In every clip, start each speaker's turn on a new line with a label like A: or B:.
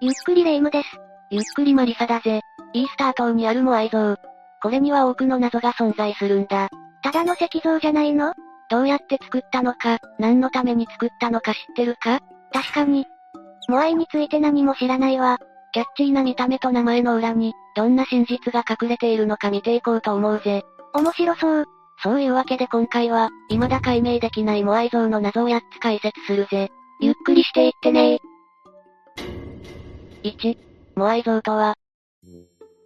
A: ゆっくりレ夢ムです。
B: ゆっくりマリサだぜ。イースター島にあるモアイ像。これには多くの謎が存在するんだ。
A: ただの石像じゃないの
B: どうやって作ったのか、何のために作ったのか知ってるか
A: 確かに。モアイについて何も知らないわ。
B: キャッチーな見た目と名前の裏に、どんな真実が隠れているのか見ていこうと思うぜ。
A: 面白そう。
B: そういうわけで今回は、未だ解明できないモアイ像の謎を8つ解説するぜ。ゆっくりしていってね1、モアイ像とは。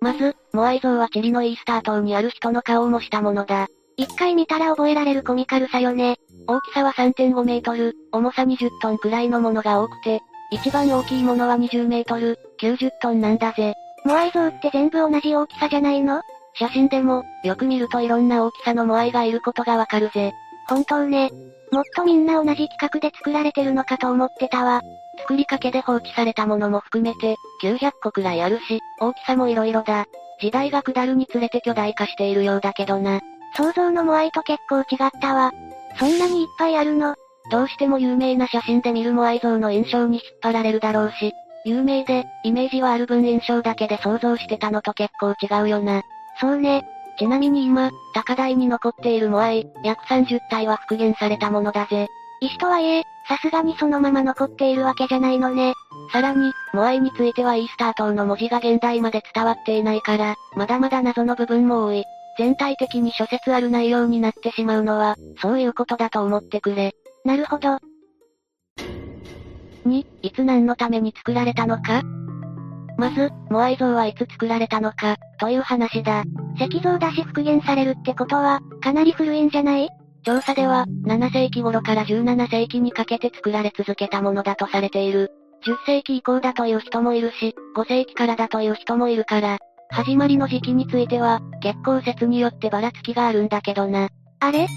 B: まず、モアイ像はチリのイースター島にある人の顔を模したものだ。
A: 一回見たら覚えられるコミカルさよね。
B: 大きさは3.5メートル、重さ20トンくらいのものが多くて、一番大きいものは20メートル、90トンなんだぜ。
A: モアイ像って全部同じ大きさじゃないの
B: 写真でも、よく見るといろんな大きさのモアイがいることがわかるぜ。
A: 本当ね。もっとみんな同じ企画で作られてるのかと思ってたわ。
B: 作りかけで放置されたものも含めて、900個くらいあるし、大きさも色々だ。時代が下るにつれて巨大化しているようだけどな。
A: 想像のモアイと結構違ったわ。そんなにいっぱいあるの
B: どうしても有名な写真で見るモアイ像の印象に引っ張られるだろうし、有名で、イメージはある分印象だけで想像してたのと結構違うよな。
A: そうね。
B: ちなみに今、高台に残っているモアイ、約30体は復元されたものだぜ。
A: 石とはいえ、さすがにそのまま残っているわけじゃないのね。
B: さらに、モアイについてはイースター島の文字が現代まで伝わっていないから、まだまだ謎の部分も多い。全体的に諸説ある内容になってしまうのは、そういうことだと思ってくれ。
A: なるほど。
B: 2、いつ何のために作られたのかまず、モアイ像はいつ作られたのか、という話だ。
A: 石像だし復元されるってことは、かなり古いんじゃない
B: 調査では、7世紀頃から17世紀にかけて作られ続けたものだとされている。10世紀以降だという人もいるし、5世紀からだという人もいるから、始まりの時期については、結構説によってばらつきがあるんだけどな。
A: あれ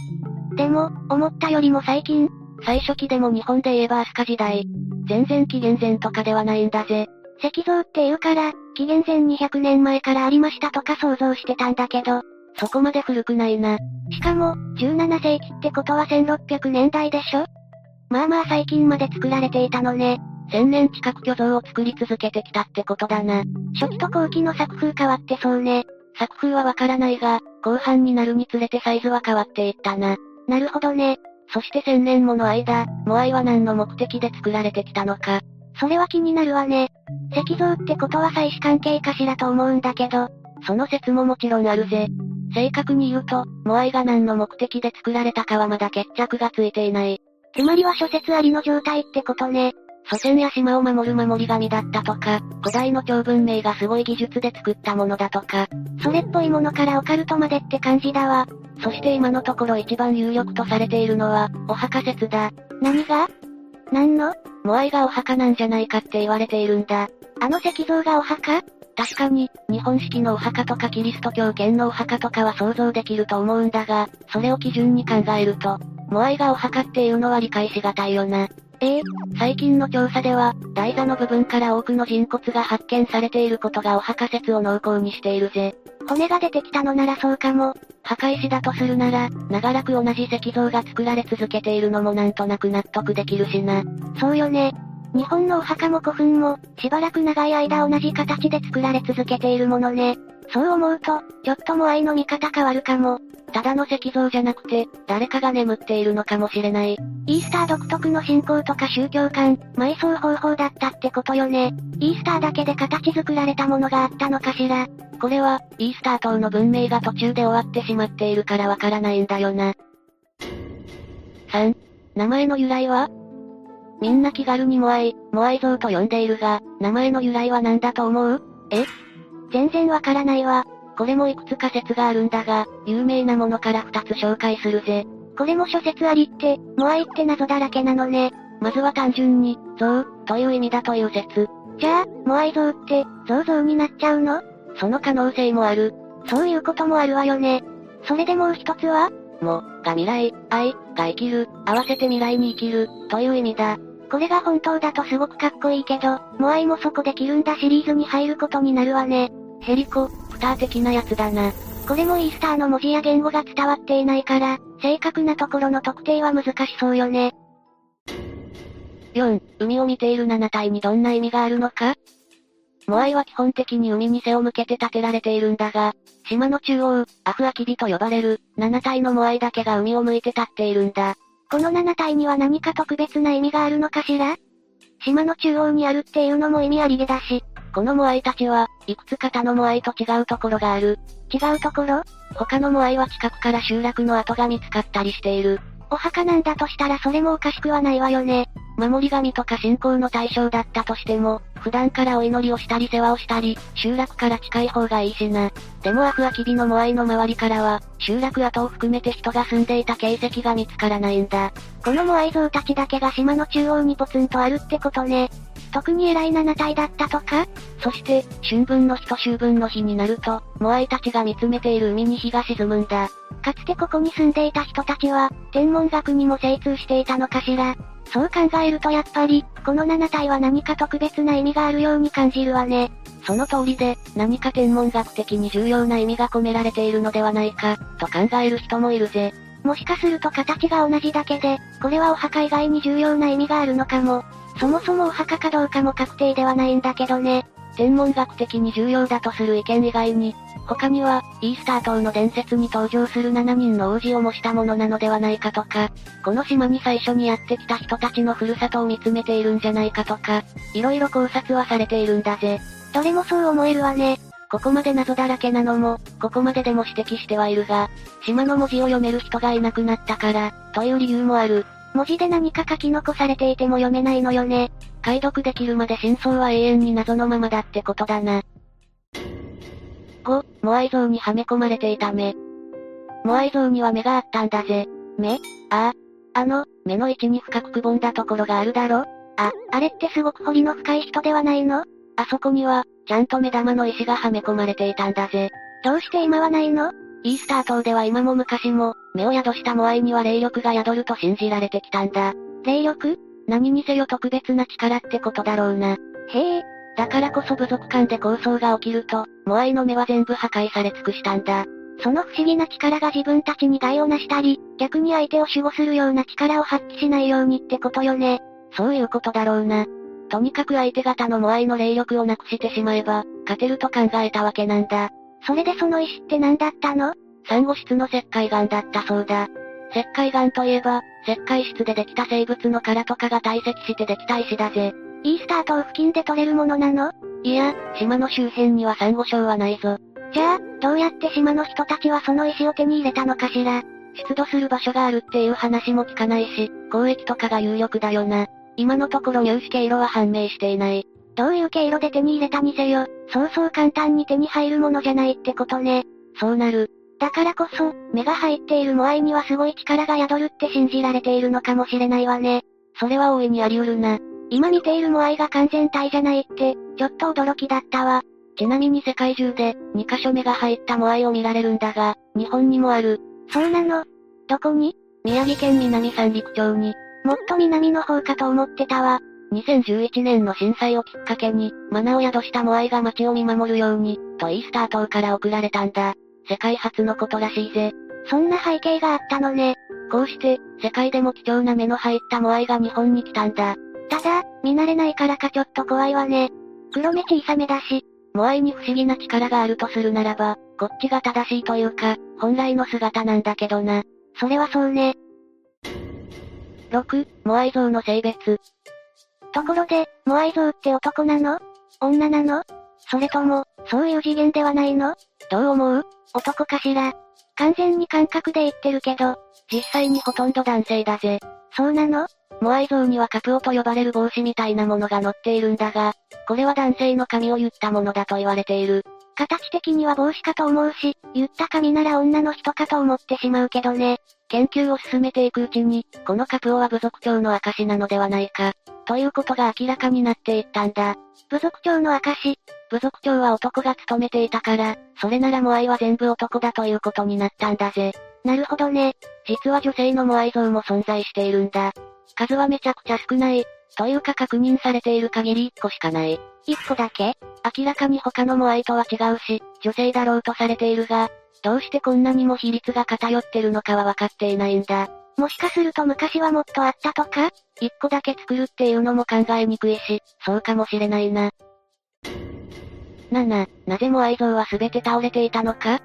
A: でも、思ったよりも最近
B: 最初期でも日本で言えばアスカ時代。全然紀元前とかではないんだぜ。
A: 石像って言うから、紀元前200年前からありましたとか想像してたんだけど、
B: そこまで古くないな。
A: しかも、17世紀ってことは1600年代でしょまあまあ最近まで作られていたのね。
B: 1000年近く巨像を作り続けてきたってことだな。
A: 初期と後期の作風変わってそうね。
B: 作風はわからないが、後半になるにつれてサイズは変わっていったな。
A: なるほどね。
B: そして1000年もの間、モアイは何の目的で作られてきたのか。
A: それは気になるわね。石像ってことは祭祀関係かしらと思うんだけど、
B: その説ももちろんあるぜ。正確に言うと、モアイが何の目的で作られたかはまだ決着がついていない。
A: つまりは諸説ありの状態ってことね。
B: 祖先や島を守る守り神だったとか、古代の長文明がすごい技術で作ったものだとか、
A: それっぽいものからオカルトまでって感じだわ。
B: そして今のところ一番有力とされているのは、お墓説だ。
A: 何が何の
B: モアイがお墓なんじゃないかって言われているんだ。
A: あの石像がお墓
B: 確かに、日本式のお墓とかキリスト教圏のお墓とかは想像できると思うんだが、それを基準に考えると、モアイがお墓っていうのは理解しがたいよな。
A: ええ
B: 最近の調査では、台座の部分から多くの人骨が発見されていることがお墓説を濃厚にしているぜ。
A: 骨が出てきたのならそうかも。
B: 墓石だとするなら、長らく同じ石像が作られ続けているのもなんとなく納得できるしな。
A: そうよね。日本のお墓も古墳も、しばらく長い間同じ形で作られ続けているものね。そう思うと、ちょっとも愛の見方変わるかも。
B: ただの石像じゃなくて、誰かが眠っているのかもしれない。
A: イースター独特の信仰とか宗教観、埋葬方法だったってことよね。イースターだけで形作られたものがあったのかしら。
B: これは、イースター島の文明が途中で終わってしまっているからわからないんだよな。3. 名前の由来はみんな気軽にモアイ、モアイ像と呼んでいるが、名前の由来は何だと思う
A: え全然わからないわ。
B: これもいくつか説があるんだが、有名なものから2つ紹介するぜ。
A: これも諸説ありって、モアイって謎だらけなのね。
B: まずは単純に、像、という意味だという説。
A: じゃあ、モアイ像って、像像になっちゃうの
B: その可能性もある。
A: そういうこともあるわよね。それでもう一つは
B: も、が未来、愛、が生きる、合わせて未来に生きる、という意味だ。
A: これが本当だとすごくかっこいいけど、モアイもそこできるんだシリーズに入ることになるわね。
B: ヘリコ、プター的なやつだな。
A: これもイースターの文字や言語が伝わっていないから、正確なところの特定は難しそうよね。
B: 4、海を見ている7体にどんな意味があるのかモアイは基本的に海に背を向けて建てられているんだが、島の中央、アフアキビと呼ばれる、7体のモアイだけが海を向いて立っているんだ。
A: この7体には何か特別な意味があるのかしら島の中央にあるっていうのも意味ありげだし、
B: このモアイたちは、いくつか他のモアイと違うところがある。
A: 違うところ
B: 他のモアイは近くから集落の跡が見つかったりしている。
A: お墓なんだとしたらそれもおかしくはないわよね。
B: 守り神とか信仰の対象だったとしても、普段からお祈りをしたり世話をしたり、集落から近い方がいいしな。でもアフアキビのモアイの周りからは、集落跡を含めて人が住んでいた形跡が見つからないんだ。
A: このモアイ像たちだけが島の中央にポツンとあるってことね。特に偉い7体だったとか
B: そして、春分の日と秋分の日になると、モアイたちが見つめている海に日が沈むんだ。
A: かつてここに住んでいた人たちは、天文学にも精通していたのかしら。そう考えるとやっぱり、この7体は何か特別な意味があるように感じるわね。
B: その通りで、何か天文学的に重要な意味が込められているのではないか、と考える人もいるぜ。
A: もしかすると形が同じだけで、これはお墓以外に重要な意味があるのかも。そもそもお墓かどうかも確定ではないんだけどね。
B: 天文学的に重要だとする意見以外に、他には、イースター島の伝説に登場する7人の王子を模したものなのではないかとか、この島に最初にやってきた人たちのふるさとを見つめているんじゃないかとか、いろいろ考察はされているんだぜ。
A: どれもそう思えるわね。
B: ここまで謎だらけなのも、ここまででも指摘してはいるが、島の文字を読める人がいなくなったから、という理由もある。
A: 文字で何か書き残されていても読めないのよね。
B: 解読できるまで真相は永遠に謎のままだってことだな。5、モアイ像にはめ込まれていた目。モアイ像には目があったんだぜ。目ああ。あの、目の位置に深くくぼんだところがあるだろ
A: あ、あれってすごく彫りの深い人ではないの
B: あそこには、ちゃんと目玉の石がはめ込まれていたんだぜ。
A: どうして今はないの
B: イースター島では今も昔も、目を宿したモアイには霊力が宿ると信じられてきたんだ。
A: 霊力
B: 何にせよ特別な力ってことだろうな。
A: へえ。
B: だからこそ部族間で抗争が起きると、モアイの目は全部破壊され尽くしたんだ。
A: その不思議な力が自分たちに害をなしたり、逆に相手を守護するような力を発揮しないようにってことよね。
B: そういうことだろうな。とにかく相手方のモアイの霊力をなくしてしまえば、勝てると考えたわけなんだ。
A: それでその石って何だったの
B: 産後室の石灰岩だったそうだ。石灰岩といえば、石灰質でできた生物の殻とかが堆積してできた石だぜ。
A: イースター島付近で取れるものなの
B: いや、島の周辺にはサンゴ礁はないぞ。
A: じゃあ、どうやって島の人たちはその石を手に入れたのかしら
B: 出土する場所があるっていう話も聞かないし、交易とかが有力だよな。今のところ入手経路は判明していない。
A: どういう経路で手に入れたにせよ、そうそう簡単に手に入るものじゃないってことね。
B: そうなる。
A: だからこそ、目が入っているモアイにはすごい力が宿るって信じられているのかもしれないわね。
B: それは大いにあり得るな。
A: 今見ているモアイが完全体じゃないって、ちょっと驚きだったわ。
B: ちなみに世界中で、2カ所目が入ったモアイを見られるんだが、日本にもある。
A: そうなの。どこに
B: 宮城県南三陸町に。
A: もっと南の方かと思ってたわ。
B: 2011年の震災をきっかけに、マナを宿したモアイが街を見守るように、とイースター島から送られたんだ。世界初のことらしいぜ。
A: そんな背景があったのね。
B: こうして、世界でも貴重な目の入ったモアイが日本に来たんだ。
A: ただ、見慣れないからかちょっと怖いわね。黒目小さめだし。
B: モアイに不思議な力があるとするならば、こっちが正しいというか、本来の姿なんだけどな。
A: それはそうね。
B: 6、モアイ像の性別。
A: ところで、モアイ像って男なの女なのそれとも、そういう次元ではないの
B: どう思う
A: 男かしら完全に感覚で言ってるけど、
B: 実際にほとんど男性だぜ。
A: そうなの
B: モアイ像にはカプオと呼ばれる帽子みたいなものが乗っているんだが、これは男性の髪を言ったものだと言われている。
A: 形的には帽子かと思うし、言った髪なら女の人かと思ってしまうけどね。
B: 研究を進めていくうちに、このカプオは部族長の証なのではないか、ということが明らかになっていったんだ。
A: 部族長の証、
B: 部族長は男が務めていたから、それならモアイは全部男だということになったんだぜ。
A: なるほどね。
B: 実は女性のモアイ像も存在しているんだ。数はめちゃくちゃ少ない。というか確認されている限り1個しかない。
A: 1個だけ
B: 明らかに他のモアイとは違うし、女性だろうとされているが、どうしてこんなにも比率が偏ってるのかは分かっていないんだ。
A: もしかすると昔はもっとあったとか
B: 一個だけ作るっていうのも考えにくいし、そうかもしれないな。 7、なぜモアイ像は全て倒れていたのか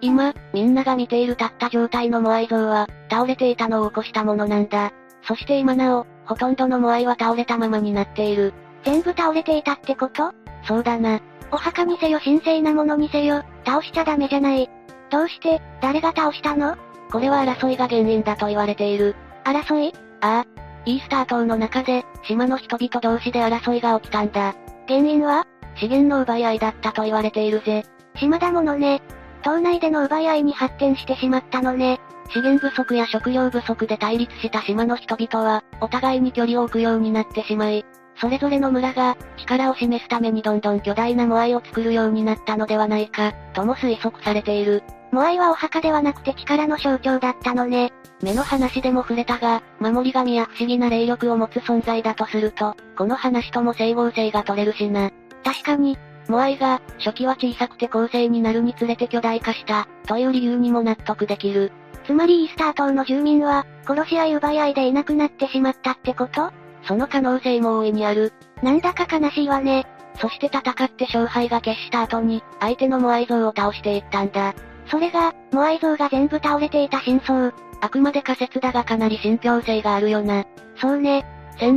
B: 今、みんなが見ている立った状態のモアイ像は、倒れていたのを起こしたものなんだ。そして今なお、ほとんどのモアイは倒れたままになっている。
A: 全部倒れていたってこと
B: そうだな。
A: お墓にせよ神聖なものにせよ、倒しちゃダメじゃない。どうして、誰が倒したの
B: これは争いが原因だと言われている。
A: 争い
B: ああ、イースター島の中で、島の人々同士で争いが起きたんだ。
A: 原因は
B: 資源の奪い合いだったと言われているぜ。
A: 島だものね。島内での奪い合いに発展してしまったのね。
B: 資源不足や食料不足で対立した島の人々は、お互いに距離を置くようになってしまい、それぞれの村が、力を示すためにどんどん巨大なモアイを作るようになったのではないか、とも推測されている。
A: モアイはお墓ではなくて力の象徴だったのね。
B: 目の話でも触れたが、守り神や不思議な霊力を持つ存在だとすると、この話とも整合性が取れるしな。
A: 確かに、
B: モアイが、初期は小さくて後世になるにつれて巨大化した、という理由にも納得できる。
A: つまりイースター島の住民は、殺し合い奪い合いでいなくなってしまったってこと
B: その可能性も大いにある。
A: なんだか悲しいわね。
B: そして戦って勝敗が決した後に、相手のモアイ像を倒していったんだ。
A: それが、モアイ像が全部倒れていた真相。
B: あくまで仮説だがかなり信憑性があるよな。
A: そうね。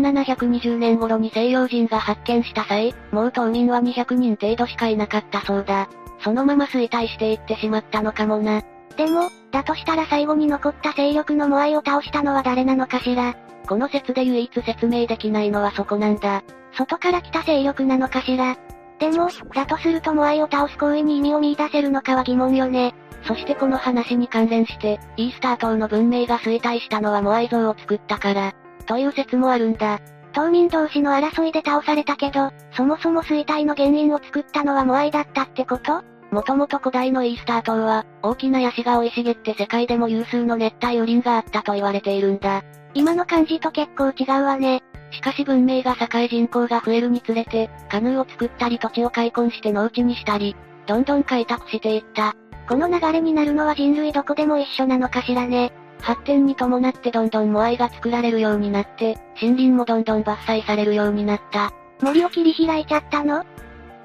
B: 1720年頃に西洋人が発見した際、もう島民は200人程度しかいなかったそうだ。そのまま衰退していってしまったのかもな。
A: でも、だとしたら最後に残った勢力のモアイを倒したのは誰なのかしら。
B: この説で唯一説明できないのはそこなんだ。
A: 外から来た勢力なのかしら。でも、だとするとモアイを倒す行為に意味を見出せるのかは疑問よね。
B: そしてこの話に関連して、イースター島の文明が衰退したのはモアイ像を作ったから、という説もあるんだ。
A: 島民同士の争いで倒されたけど、そもそも衰退の原因を作ったのはモアイだったってこと
B: もともと古代のイースター島は、大きなヤシが生い茂って世界でも有数の熱帯雨林があったと言われているんだ。
A: 今の感じと結構違うわね。
B: しかし文明が栄え人口が増えるにつれて、カヌーを作ったり土地を開墾して農地にしたり、どんどん開拓していった。
A: この流れになるのは人類どこでも一緒なのかしらね。
B: 発展に伴ってどんどんモアイが作られるようになって、森林もどんどん伐採されるようになった。
A: 森を切り開いちゃったの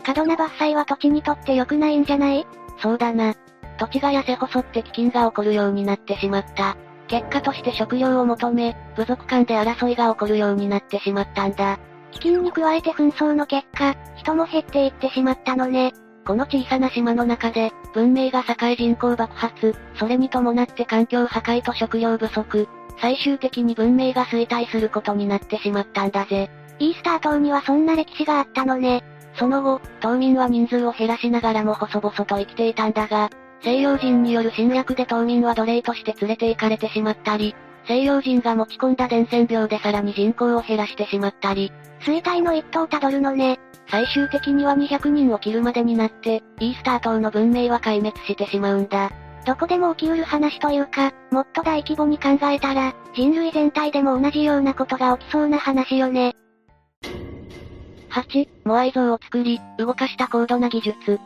A: 過度な伐採は土地にとって良くないんじゃない
B: そうだな。土地が痩せ細って飢饉が起こるようになってしまった。結果として食料を求め、部族間で争いが起こるようになってしまったんだ。
A: 飢饉に加えて紛争の結果、人も減っていってしまったのね。
B: この小さな島の中で、文明が栄え人口爆発、それに伴って環境破壊と食料不足、最終的に文明が衰退することになってしまったんだぜ。
A: イースター島にはそんな歴史があったのね。
B: その後、島民は人数を減らしながらも細々と生きていたんだが、西洋人による侵略で島民は奴隷として連れて行かれてしまったり、西洋人が持ち込んだ伝染病でさらに人口を減らしてしまったり、
A: 衰退の一途をたどるのね。
B: 最終的には200人を切るまでになって、イースター島の文明は壊滅してしまうんだ。
A: どこでも起きうる話というか、もっと大規模に考えたら、人類全体でも同じようなことが起きそうな話よね。
B: 8、モアイ像を作り、動かした高度な技術。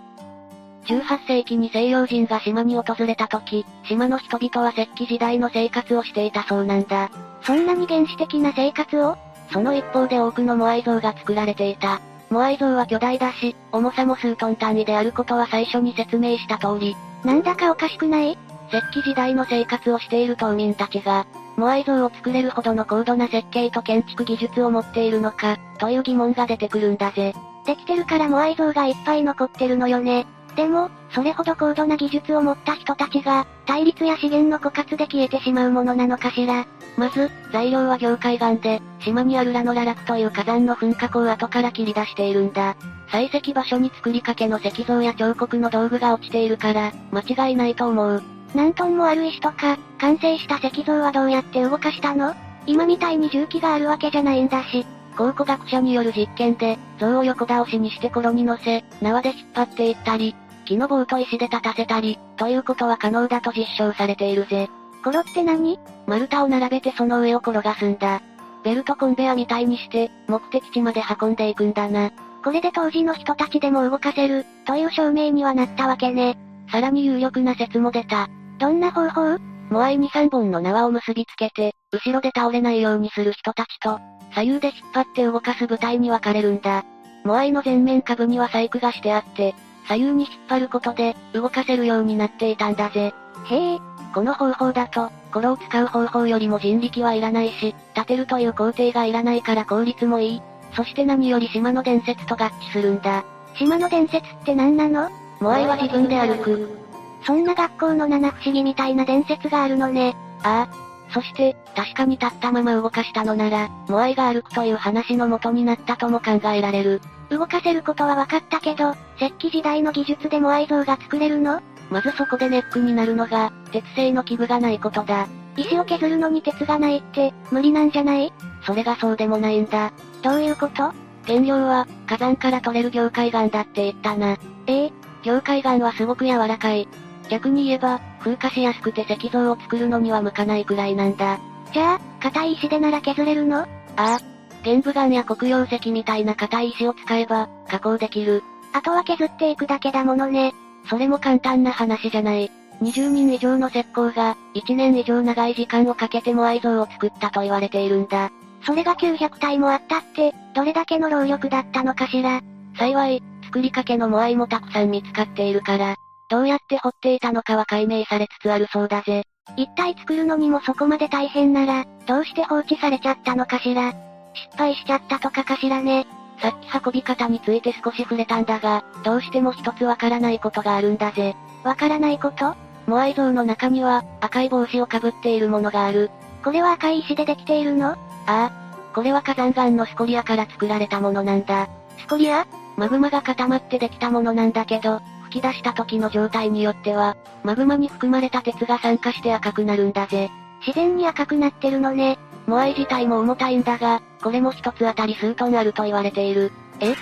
B: 18世紀に西洋人が島に訪れた時、島の人々は石器時代の生活をしていたそうなんだ。
A: そんなに原始的な生活を
B: その一方で多くのモアイ像が作られていた。モアイ像は巨大だし、重さも数トン単位であることは最初に説明した通り、
A: なんだかおかしくない
B: 石器時代の生活をしている島民たちが、モアイ像を作れるほどの高度な設計と建築技術を持っているのか、という疑問が出てくるんだぜ。
A: できてるからモアイ像がいっぱい残ってるのよね。でも、それほど高度な技術を持った人たちが、対立や資源の枯渇で消えてしまうものなのかしら。
B: まず、材料は業界岩で、島にあるラノララクという火山の噴火口を後から切り出しているんだ。採石場所に作りかけの石像や彫刻の道具が落ちているから、間違いないと思う。
A: 何トンもある石とか、完成した石像はどうやって動かしたの今みたいに重機があるわけじゃないんだし。
B: 考古学者による実験で、像を横倒しにしてコロに乗せ、縄で引っ張っていったり、木の棒と石で立たせたり、ということは可能だと実証されているぜ。
A: コロって何
B: 丸太を並べてその上を転がすんだ。ベルトコンベアみたいにして、目的地まで運んでいくんだな。
A: これで当時の人たちでも動かせる、という証明にはなったわけね。
B: さらに有力な説も出た。
A: どんな方法
B: モアイに3本の縄を結びつけて、後ろで倒れないようにする人たちと、左右で引っ張って動かす部隊に分かれるんだ。モアイの前面株には細工がしてあって、左右に引っ張ることで、動かせるようになっていたんだぜ。
A: へえ、
B: この方法だと、コロを使う方法よりも人力はいらないし、立てるという工程がいらないから効率もいい。そして何より島の伝説と合致するんだ。
A: 島の伝説って何なの
B: モアイは自分で歩く。
A: そんな学校の七不思議みたいな伝説があるのね。
B: ああ。そして、確かに立ったまま動かしたのなら、モアイが歩くという話の元になったとも考えられる。
A: 動かせることは分かったけど、石器時代の技術でモアイ像が作れるの
B: まずそこでネックになるのが、鉄製の器具がないことだ。
A: 石を削るのに鉄がないって、無理なんじゃない
B: それがそうでもないんだ。
A: どういうこと
B: 原料は、火山から取れる凝灰岩だって言ったな。
A: ええ
B: 凝灰岩はすごく柔らかい。逆に言えば、風化しやすくて石像を作るのには向かないくらいなんだ。
A: じゃあ、硬い石でなら削れるのあ
B: あ。玄武岩や黒曜石みたいな硬い石を使えば、加工できる。
A: あとは削っていくだけだものね。
B: それも簡単な話じゃない。20人以上の石膏が、1年以上長い時間をかけてモアイ像を作ったと言われているんだ。
A: それが900体もあったって、どれだけの労力だったのかしら。
B: 幸い、作りかけのモアイもたくさん見つかっているから、どうやって掘っていたのかは解明されつつあるそうだぜ。
A: 一体作るのにもそこまで大変なら、どうして放置されちゃったのかしら。失敗しちゃったとかかしらね。
B: さっき運び方について少し触れたんだが、どうしても一つわからないことがあるんだぜ。
A: わからないこと
B: モアイ像の中には、赤い帽子をかぶっているものがある。
A: これは赤い石でできているのあ
B: あ。これは火山岩のスコリアから作られたものなんだ。
A: スコリア
B: マグマが固まってできたものなんだけど、吹き出した時の状態によっては、マグマに含まれた鉄が酸化して赤くなるんだぜ。
A: 自然に赤くなってるのね。
B: モアイ自体も重たいんだが、これも一つあたり数トンあると言われている。
A: え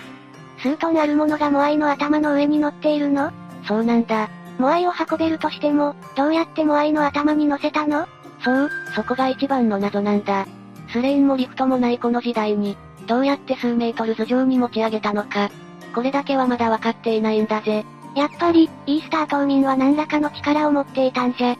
A: 数トンあるものがモアイの頭の上に乗っているの
B: そうなんだ。
A: モアイを運べるとしても、どうやってモアイの頭に乗せたの
B: そう、そこが一番の謎なんだ。スレインもリフトもないこの時代に、どうやって数メートル頭上に持ち上げたのか。これだけはまだ分かっていないんだぜ。
A: やっぱり、イースター島民は何らかの力を持っていたんじゃ。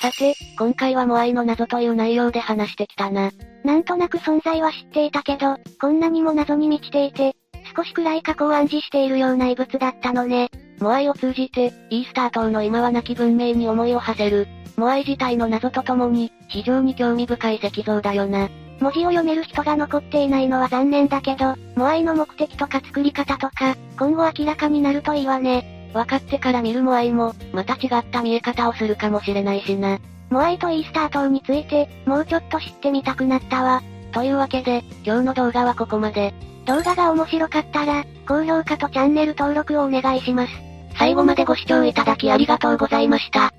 B: さて、今回はモアイの謎という内容で話してきたな。
A: なんとなく存在は知っていたけど、こんなにも謎に満ちていて、少しくらい過去を暗示しているような異物だったのね。
B: モアイを通じて、イースター島の今は亡き文明に思いを馳せる。モアイ自体の謎とともに、非常に興味深い石像だよな。
A: 文字を読める人が残っていないのは残念だけど、モアイの目的とか作り方とか、今後明らかになるといいわね。
B: 分かってから見るモアイも、また違った見え方をするかもしれないしな。
A: モアイとイースター島について、もうちょっと知ってみたくなったわ。
B: というわけで、今日の動画はここまで。
A: 動画が面白かったら、高評価とチャンネル登録をお願いします。
B: 最後までご視聴いただきありがとうございました。